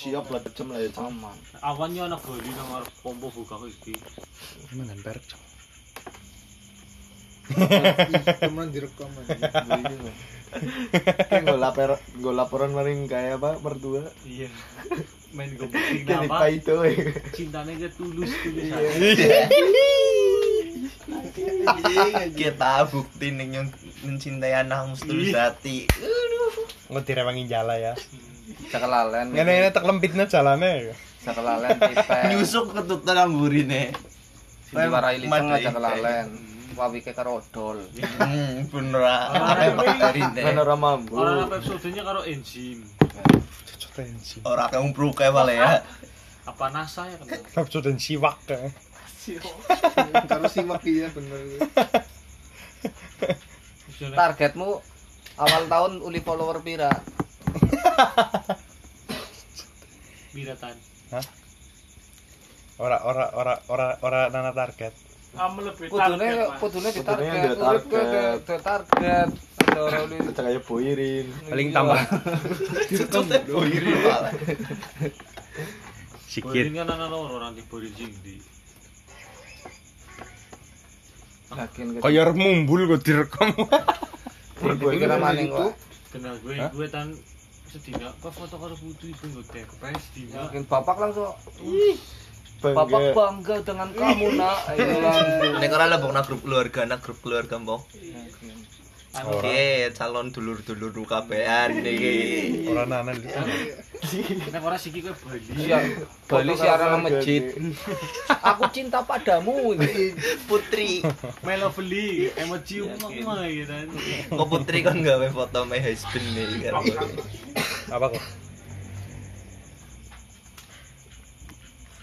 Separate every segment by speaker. Speaker 1: 취업라 점라에 잠만
Speaker 2: 아관이 하나 걸리는 말 bombo buka kok iki.
Speaker 3: Gimana perak cok?
Speaker 4: teman direkam aja
Speaker 1: gue lapor gue laporan maring kayak apa mertua
Speaker 2: Iya. Main go booking
Speaker 1: kayak
Speaker 2: apa?
Speaker 1: itu
Speaker 2: Cintanya ke tulus tulus.
Speaker 5: kita bukti nih yang mencintai anakmu setulus hati
Speaker 3: Ngerti rewangin jala ya.
Speaker 1: sekelalen
Speaker 3: Ngene-ngene tak lempitnya jalane. ya.
Speaker 1: sekelalen tipe
Speaker 5: nyusuk ketutan amburine
Speaker 1: diwarai liceng
Speaker 5: Mati.
Speaker 1: aja kelalen wawi ke karodol
Speaker 5: hmm bener ah.
Speaker 2: Orang-
Speaker 5: bakteri deh
Speaker 1: Menara mambu
Speaker 2: Orang apa episodenya karo enzim.
Speaker 3: Cocok tensi.
Speaker 5: orang kamu bro kayak malah ya
Speaker 2: Apa NASA ya kan?
Speaker 3: Cocok tensi wak.
Speaker 4: taruh simak iya bener
Speaker 2: Misalnya
Speaker 1: targetmu awal tahun uli follower pira
Speaker 2: biratan.
Speaker 3: Ora ora ora ora ora nana target.
Speaker 1: kudune kudune di target target target Ada uli
Speaker 6: Kita kayak boirin.
Speaker 3: Paling tambah
Speaker 5: cocok boiri malah
Speaker 2: Boring
Speaker 3: sikit.
Speaker 2: kan anak loro nanti boring sing di.
Speaker 1: yakin gitu. ke
Speaker 3: Koyor mumbul gue direkam.
Speaker 1: gue kira maning kok
Speaker 2: Kenal gue gue tan sedina kok foto karo putri ibu ngedek pengen sedina.
Speaker 1: yakin bapak langsung bapak
Speaker 6: Bangga.
Speaker 1: bangga dengan kamu nak Iya kan? Ayo langsung.
Speaker 5: nek ora lebok nang grup keluarga nang grup keluarga mbok
Speaker 3: Ora.
Speaker 5: Oke, calon dulur-dulur kabehan iki.
Speaker 3: Ora nana li.
Speaker 2: Nek ora siki kowe Bali.
Speaker 1: Iya, Bali siaran sama masjid. Aku cinta padamu.
Speaker 5: Putri,
Speaker 2: Melo beli emoji umum gitu kan.
Speaker 5: kok putri kan gawe foto my husband nih kan.
Speaker 3: Apa kok?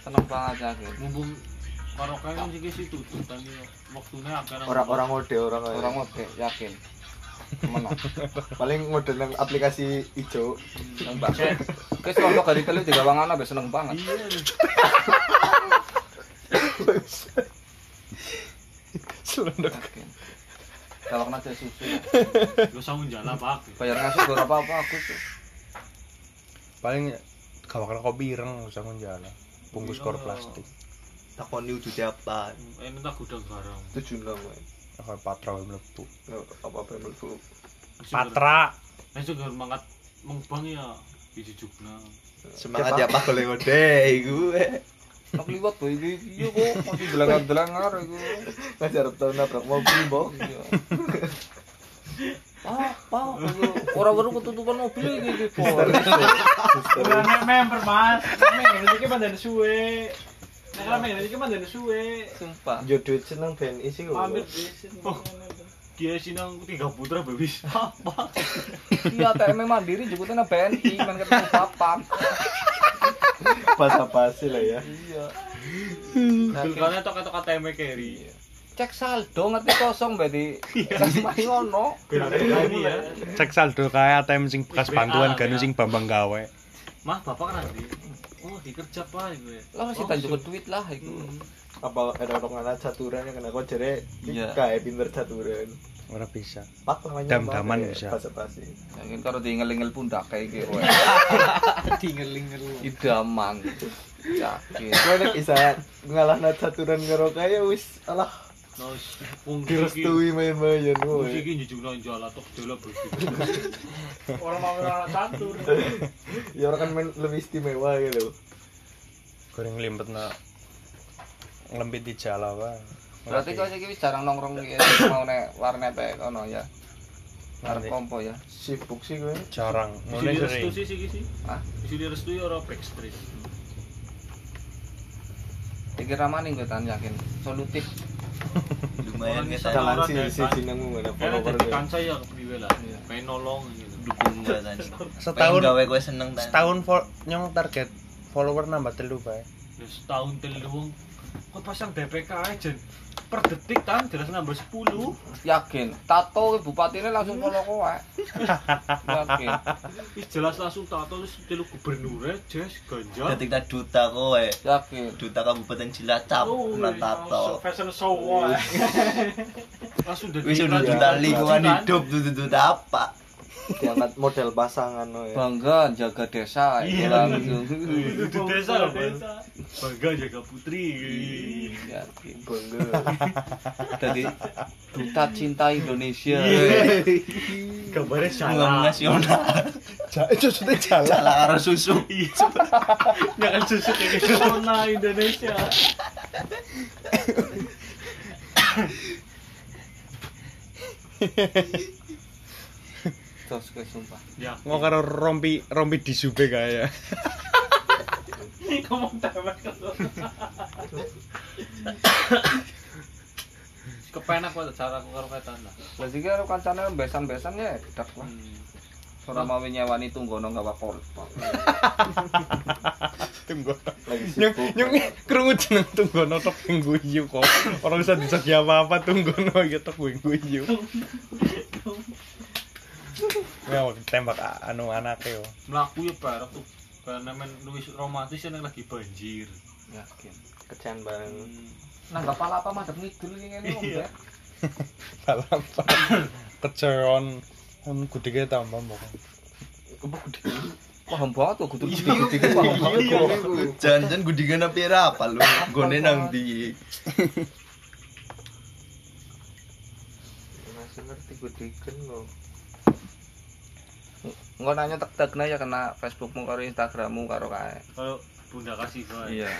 Speaker 1: Seneng banget aku.
Speaker 2: Mumpung Marokan kan sih sih tutup tadi waktunya akan
Speaker 6: Orang-orang ngode, orang ngode.
Speaker 1: Orang ngode, yakin. Menang.
Speaker 6: paling ngode nang aplikasi ijo.
Speaker 1: Seneng banget. Kes rondo kali telu juga wangan abe seneng banget.
Speaker 2: Iya.
Speaker 3: Selendok.
Speaker 1: Yakin. Kalau kena saya susu,
Speaker 2: Lu sawun jala pak.
Speaker 1: bayar ngasih gue apa apa aku tuh.
Speaker 3: Paling kawakna kopi ireng usah jalan. Bungkus kor plastik.
Speaker 5: Takoni ujude apa?
Speaker 2: Eh entah gudang garang.
Speaker 6: Tujuh enam. woy.
Speaker 3: Aku patra wae mlebu.
Speaker 6: Eh, Apa apa yang melebu.
Speaker 3: Patra.
Speaker 2: Eh juga mangat mengbang ya biji jugna.
Speaker 5: Semangat ya Pak oleh ngode iku.
Speaker 1: Nak liwat boy, iya kok masih belangar belangar aku.
Speaker 6: Nggak jarap tahun nabrak mobil mbok.
Speaker 1: Iya. Ah, apa? Orang baru ketutupan mobil gitu.
Speaker 2: Kurangnya member mas. Member ini kan badan suwe. Nah, member ini kan badan suwe.
Speaker 1: Sumpah.
Speaker 6: Yo duit seneng ben isi kok.
Speaker 2: Oh, Dia sinang tiga putra babis apa?
Speaker 1: Iya, TM mandiri juga tuh BNI, main ketemu bapak.
Speaker 6: Pas apa sih lah ya.
Speaker 1: Iya.
Speaker 2: Bilkannya tok tok kata E Carry.
Speaker 1: cek saldo ngerti kosong berarti Terus mari ngono
Speaker 2: Bilkannya ini ya.
Speaker 3: Cek saldo kae ATM sing bekas bantuan ganu sing Bambang gawe.
Speaker 2: Mah bapak kan nanti. Oh dikerja pak gue.
Speaker 1: lah masih tanjuk ke duit lah itu
Speaker 6: Apa ada orang anak caturan yang kena kocere.
Speaker 1: Iya.
Speaker 6: Kayak pinter caturan.
Speaker 3: Ora bisa.
Speaker 6: Pak namanya.
Speaker 3: Dam-daman
Speaker 6: apa?
Speaker 3: bisa.
Speaker 6: Pas apa sih.
Speaker 1: mungkin kalau diingel-ingel pundak kayak gitu weh. idaman yakin
Speaker 6: Gue nek isa ngalah nang caturan karo kaya wis alah
Speaker 2: Nah, wong iki-
Speaker 6: direstui main-main ya,
Speaker 2: Wong
Speaker 6: woy.
Speaker 2: iki njujugno njala tok delok begitu.
Speaker 6: Ya orang kan main lebih istimewa gitu.
Speaker 3: Goreng limpet na lempit di jala wae.
Speaker 1: berarti kau sih wis jarang nongkrong gitu mau nek warnet ae kono ya arep kompo ya
Speaker 6: Sibuk sih gue.
Speaker 3: jarang
Speaker 2: Bisa
Speaker 3: mulai
Speaker 2: direstu
Speaker 3: sering
Speaker 2: sih sih sih.
Speaker 1: Hah?
Speaker 2: Bisa direstu ya ora backstreet.
Speaker 1: pikir ramani gue tan yakin solutif
Speaker 5: Lumayan kita
Speaker 6: Jalan
Speaker 2: Orang
Speaker 6: sih
Speaker 2: dari
Speaker 6: sih
Speaker 2: Bali.
Speaker 6: jenengmu mana
Speaker 2: Karena
Speaker 6: follower
Speaker 2: jadi
Speaker 6: gue.
Speaker 2: kanca ya kepriwe lah. Pengen nolong gitu.
Speaker 5: dukung gua tadi.
Speaker 3: Setahun-
Speaker 5: Pengen gawe gue seneng tadi.
Speaker 3: setahun fol- nyong target follower nambah telu bae
Speaker 2: Terus tahun Ya, telu wong kok pasang DPK aja per detik kan jelas nambah 10
Speaker 1: yakin tato bupati ini langsung follow kowe yakin
Speaker 2: Wis jelas langsung tato terus telu gubernur Jes ganja
Speaker 5: Dadi kita duta kowe.
Speaker 1: yakin
Speaker 5: Duta Kabupaten Cilacap
Speaker 3: Oh,
Speaker 5: nang
Speaker 2: Oh, iya,
Speaker 5: tato.
Speaker 2: fashion show langsung
Speaker 5: Wis udah duta lingkungan hidup, duta, duta apa?
Speaker 6: diangkat model pasangan no ya
Speaker 1: Bangga jaga desa.
Speaker 5: Iya.
Speaker 1: ya, langsung.
Speaker 5: Itu desa loh, Bang. Bangga jaga putri.
Speaker 1: Ya, gitu.
Speaker 6: bangga
Speaker 1: Jadi duta cinta Indonesia.
Speaker 2: Iya.
Speaker 5: Gambarnya
Speaker 1: Bukan
Speaker 5: salah.
Speaker 1: nasional.
Speaker 3: Ja- itu sudah jalan
Speaker 1: Salah arah susu.
Speaker 5: Iya. Jangan susu kayak gitu.
Speaker 2: Corona Indonesia
Speaker 1: Terus gue sumpah.
Speaker 5: Ya.
Speaker 3: mau karo rompi rompi di ya. sube kaya
Speaker 2: ini ngomong tambah kepenak banget cara aku karo kata
Speaker 1: Berarti kan kancane besan-besan ya dedak lah.
Speaker 5: Hmm.
Speaker 1: Ora mau nyewani tunggono gak apa-apa.
Speaker 3: nyung nyung krungu jeneng tunggono tok guyu kok orang bisa dijagi apa apa tunggono ya tok guyu ya tembak a- anu anaknya yo
Speaker 2: melaku ya bareng tuh karena men nulis romantis yang lagi banjir
Speaker 1: Yakin.
Speaker 6: kerjaan bareng
Speaker 1: Nah, gak pala apa madep ngidul iki ngene wong ya.
Speaker 3: balapan keceron kan gede kayak tambah pokoknya
Speaker 1: Paham banget kok kudu
Speaker 2: Iya.
Speaker 1: gede-gede paham banget.
Speaker 4: Iya, iya, iya.
Speaker 5: Jangan-jangan gue digana pira apa lu? Gone nang di.
Speaker 6: masih ngerti gue diken lo
Speaker 1: Engko nanya tek-tekne ya kena Facebookmu karo Instagrammu karo kae.
Speaker 2: kalau bunda kasih gue
Speaker 1: Iya.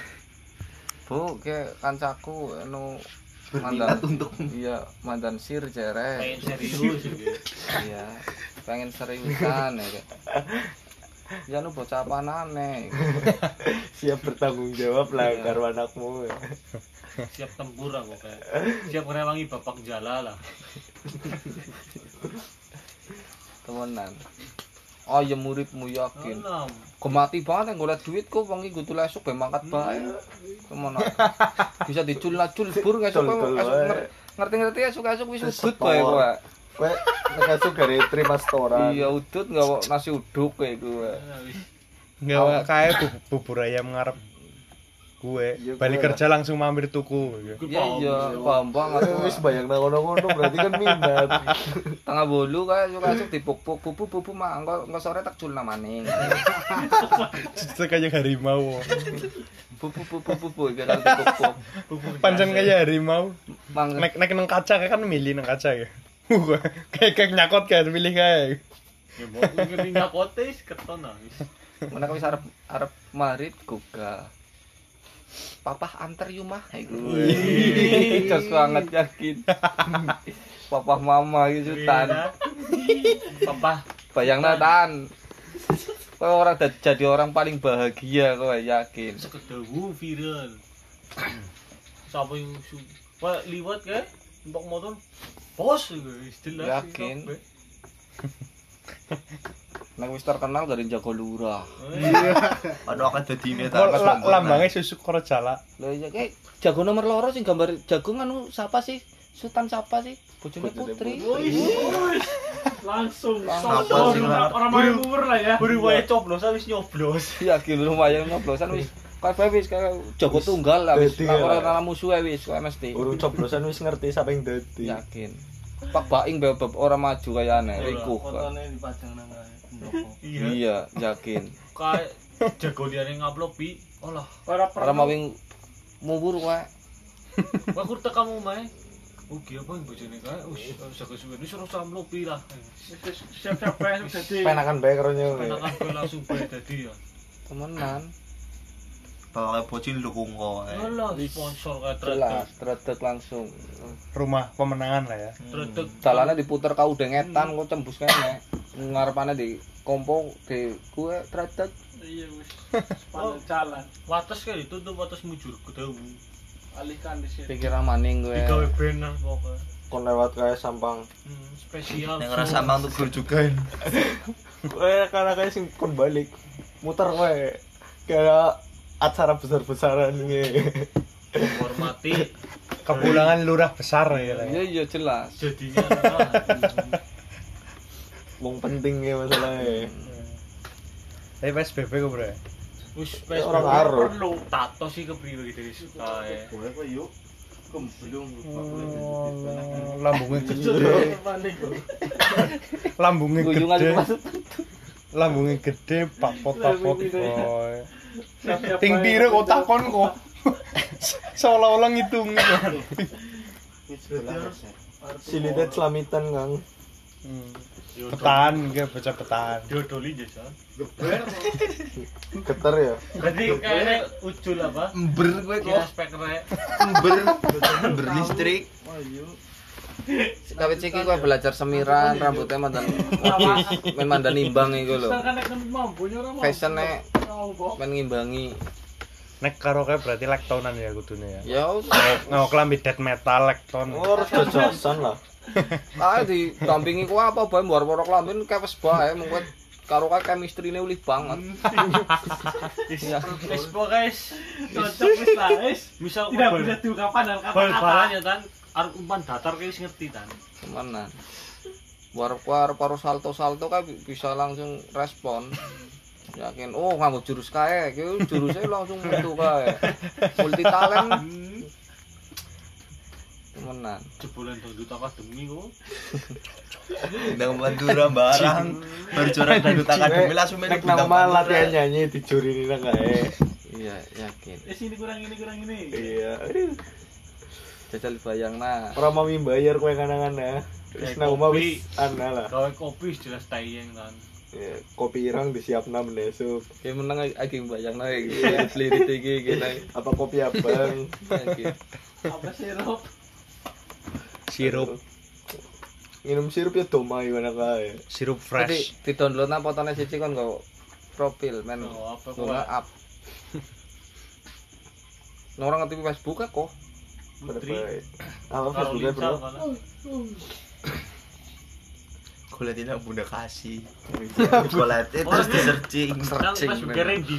Speaker 1: Bu, ke kancaku anu
Speaker 5: Berminat untuk
Speaker 1: iya mantan sir
Speaker 2: pengen
Speaker 1: cerek.
Speaker 2: serius juga
Speaker 1: Iya. Pengen seriusan ya. Kak. Ya lu bocah panane.
Speaker 6: siap bertanggung jawab lah
Speaker 1: Iya.
Speaker 6: karo anakmu ya.
Speaker 2: siap tempur aku kayak siap merewangi bapak jala lah
Speaker 1: temenan. Oh ya muridmu yakin.
Speaker 2: enam
Speaker 1: Gemati banget yang golek duit kok wong iki kudu esuk ben mangkat bae. Kemana? Bisa dicul-cul bur esuk
Speaker 6: Tol- tol
Speaker 1: esuk
Speaker 6: wae.
Speaker 1: nger- ngerti-ngerti esuk-esuk wis udut bae
Speaker 6: Setor.
Speaker 1: kowe.
Speaker 6: Kue ngasuh dari terima setoran
Speaker 1: Iya udut nggawa nasi uduk kowe kowe.
Speaker 3: nggak oh. kayak bu- bubur ayam ngarep gue
Speaker 6: Iya,
Speaker 3: balik
Speaker 6: gue.
Speaker 3: kerja langsung mampir tuku gitu.
Speaker 1: Ya iya paham banget.
Speaker 6: Eh, wis bayang nang ngono-ngono berarti kan minat
Speaker 1: Tengah bolu kae esuk-esuk dipuk-puk bubu-bubu mak engko engko sore tak cul namane.
Speaker 3: Itu kayak harimau
Speaker 1: Bubu-bubu-bubu iki kan dipuk-puk.
Speaker 3: pancen kayak harimau
Speaker 1: Mang
Speaker 3: nek nek nang kaca kan milih nang kaca ya Wah, kayak kayak nyakot kayak milih kayak
Speaker 2: ya mau aku ngerti nyakotis keton lah
Speaker 1: Mana wis arep arep marit gugah. Papah antar yumah iku. Jos gitu. banget yakin. Papah mama gitu tan.
Speaker 2: Iya. papa
Speaker 1: Bayangna tan. Kowe ora dad- jadi orang paling bahagia kowe yakin.
Speaker 2: sekedawu viral siapa yang su wah liwat kan mbok motor bos ya, juga istilah
Speaker 1: Yakin? Nek wis Nah, terkenal gak ada yang jago lurah.
Speaker 5: Aduh akan jadi ini tak
Speaker 3: La- la-
Speaker 7: ya.
Speaker 3: lambangnya susuk karo jala
Speaker 1: Lah iya kayak jago nomor loro sing gambar jago nganu siapa sih? Sultan siapa sih? Bojone Putri.
Speaker 2: langsung
Speaker 1: Langsung.
Speaker 5: Apa sih, Mar?
Speaker 2: orang main umur lah ya
Speaker 5: Buru wae coblos habis nyoblos.
Speaker 1: Yakin lumayan nyoblosan wis. Kabeh wis kayak jago tunggal lah wis.
Speaker 6: dadi ya.
Speaker 1: Ora ora musuhe wis kowe mesti.
Speaker 6: urung coblosan wis ngerti sapa yang dadi
Speaker 1: yakin pak baing bebek orang maju kayak aneh riku
Speaker 5: Iya.
Speaker 1: iya yakin
Speaker 2: kayak jago dia yang ngupload pi olah
Speaker 1: orang mawing mubur kue
Speaker 2: wah kurta kamu main Oh gila apa yang bojone kae? Wis jago suwe ini suruh samlo pi lah. Siap-siap bae dadi.
Speaker 6: penakan bae karo nyewe
Speaker 2: Penakan bae langsung bae dadi ya.
Speaker 1: temenan
Speaker 5: Pakai pocin lu kungko.
Speaker 2: Alah sponsor kae
Speaker 1: jelas
Speaker 2: terus.
Speaker 1: teredek langsung
Speaker 3: rumah pemenangan lah ya
Speaker 2: Terus
Speaker 1: jalannya diputer kau dengetan kau cembus kene ngarepannya di kompo di kue teredek
Speaker 7: Iya wis. Sepanjang jalan
Speaker 2: Oh, wates kae ditutup wates mujur kedawu.
Speaker 7: alihkan di situ.
Speaker 1: pikiran maning kue
Speaker 2: Digawe banner pokoknya.
Speaker 6: kon lewat kae sampang
Speaker 2: Hmm, spesial.
Speaker 5: Yang ngerasa mang tuh gue juga. eh.
Speaker 6: kue Eh, karena kayak sing kon balik muter kowe kayak acara besar-besaran nge
Speaker 2: menghormati
Speaker 3: kepulangan lurah besar ya
Speaker 1: iya iya jelas
Speaker 2: jadinya adalah
Speaker 6: wong penting nge masalahnya
Speaker 3: tapi psbb kok bro ya?
Speaker 2: wis
Speaker 6: orang ngaruh.
Speaker 2: perlu tato sih kepriwe gitu wis kae.
Speaker 1: Kemblung
Speaker 3: Oh, lambungnya gede lambungnya
Speaker 1: Guyungan
Speaker 3: gede
Speaker 1: itu masuk
Speaker 3: lambungnya gede pak pot pak pot boy
Speaker 7: Siapa
Speaker 3: ting
Speaker 7: yang-
Speaker 3: tire otak kon kok seolah-olah ngitung kan
Speaker 6: Silidet selamitan kang.
Speaker 3: petan kayak baca petan
Speaker 2: Diodoli aja, San.
Speaker 6: Geter ya.
Speaker 2: Berarti kayaknya ucul apa?
Speaker 5: Ember gue
Speaker 7: Iya.
Speaker 2: Kira spekre.
Speaker 5: ember ember listrik.
Speaker 1: Kawit iki kowe belajar semiran, rambutnya mandan men mandan nimbang iku lho.
Speaker 7: Sedangkan nek kan mampu nyora mampu.
Speaker 1: Fashionnya
Speaker 7: Tahu, kok.
Speaker 1: men ngimbangi.
Speaker 3: nek karo kayak berarti lektonan ya kudune ya
Speaker 1: Ya wis,
Speaker 3: nggak kelambi dead metal lekton
Speaker 6: Oh, harus dojosan lah.
Speaker 1: ae didampingi kowe apa bae mbor-mbor kelamin kepes bae mung kowe karo kae chemistry-ne ulih banget.
Speaker 2: Iya.
Speaker 1: Ya.
Speaker 2: Wis guys.
Speaker 7: Cocok wis lah, wis.
Speaker 2: Misal
Speaker 7: Tidak
Speaker 2: Iya. bal-
Speaker 7: bisa diungkapkan dan
Speaker 2: bal-balan
Speaker 7: kata-kata.
Speaker 2: ya, Tan. Arep umpan datar kayak wis ngerti, Tan.
Speaker 1: Temenan. Warap warap paru salto salto kan bi- bisa langsung respon. Yakin, oh nganggo jurus kae, ki jurusnya langsung metu kae. Multi talent. nah, Temenan.
Speaker 2: Jebolan dangdut akademi kok.
Speaker 5: Nang Madura barang. Bercorak dan tangan demi langsung main
Speaker 6: Nek
Speaker 5: bintang
Speaker 6: nama
Speaker 5: Madura.
Speaker 6: latihan nyanyi dijurini nang kae.
Speaker 1: Iya, yakin.
Speaker 7: Eh sini kurang ini kurang ini.
Speaker 6: Iya.
Speaker 1: Jajal bayangna.
Speaker 6: Ora mau mbayar kowe kanangan ya. Wis
Speaker 2: Kayak
Speaker 6: nang omah
Speaker 2: kopi.
Speaker 6: wis ana lah.
Speaker 2: Gawe kopi wis jelas tayeng, Tan.
Speaker 6: Ya, kopi irang disiapna menesuk.
Speaker 1: Ki meneng agi bayangna iki lirit iki iki nang.
Speaker 6: Apa kopi abang?
Speaker 1: Iki.
Speaker 7: Apa sirup?
Speaker 3: sirup
Speaker 6: Minum sirup ya domai mana kae.
Speaker 3: sirup
Speaker 1: Jadi
Speaker 3: fresh
Speaker 1: di download nang potone siji kon nggo profil men.
Speaker 2: Oh, apa
Speaker 1: Nggo
Speaker 2: kuwi?
Speaker 1: up. Orang ngerti Facebook kok.
Speaker 2: Putri.
Speaker 6: Berbay. Apa Facebooknya bro?
Speaker 2: Karolin malah.
Speaker 5: Kulit ini bunda kasih. Kulit terus di searching.
Speaker 2: Nang pas juga Randy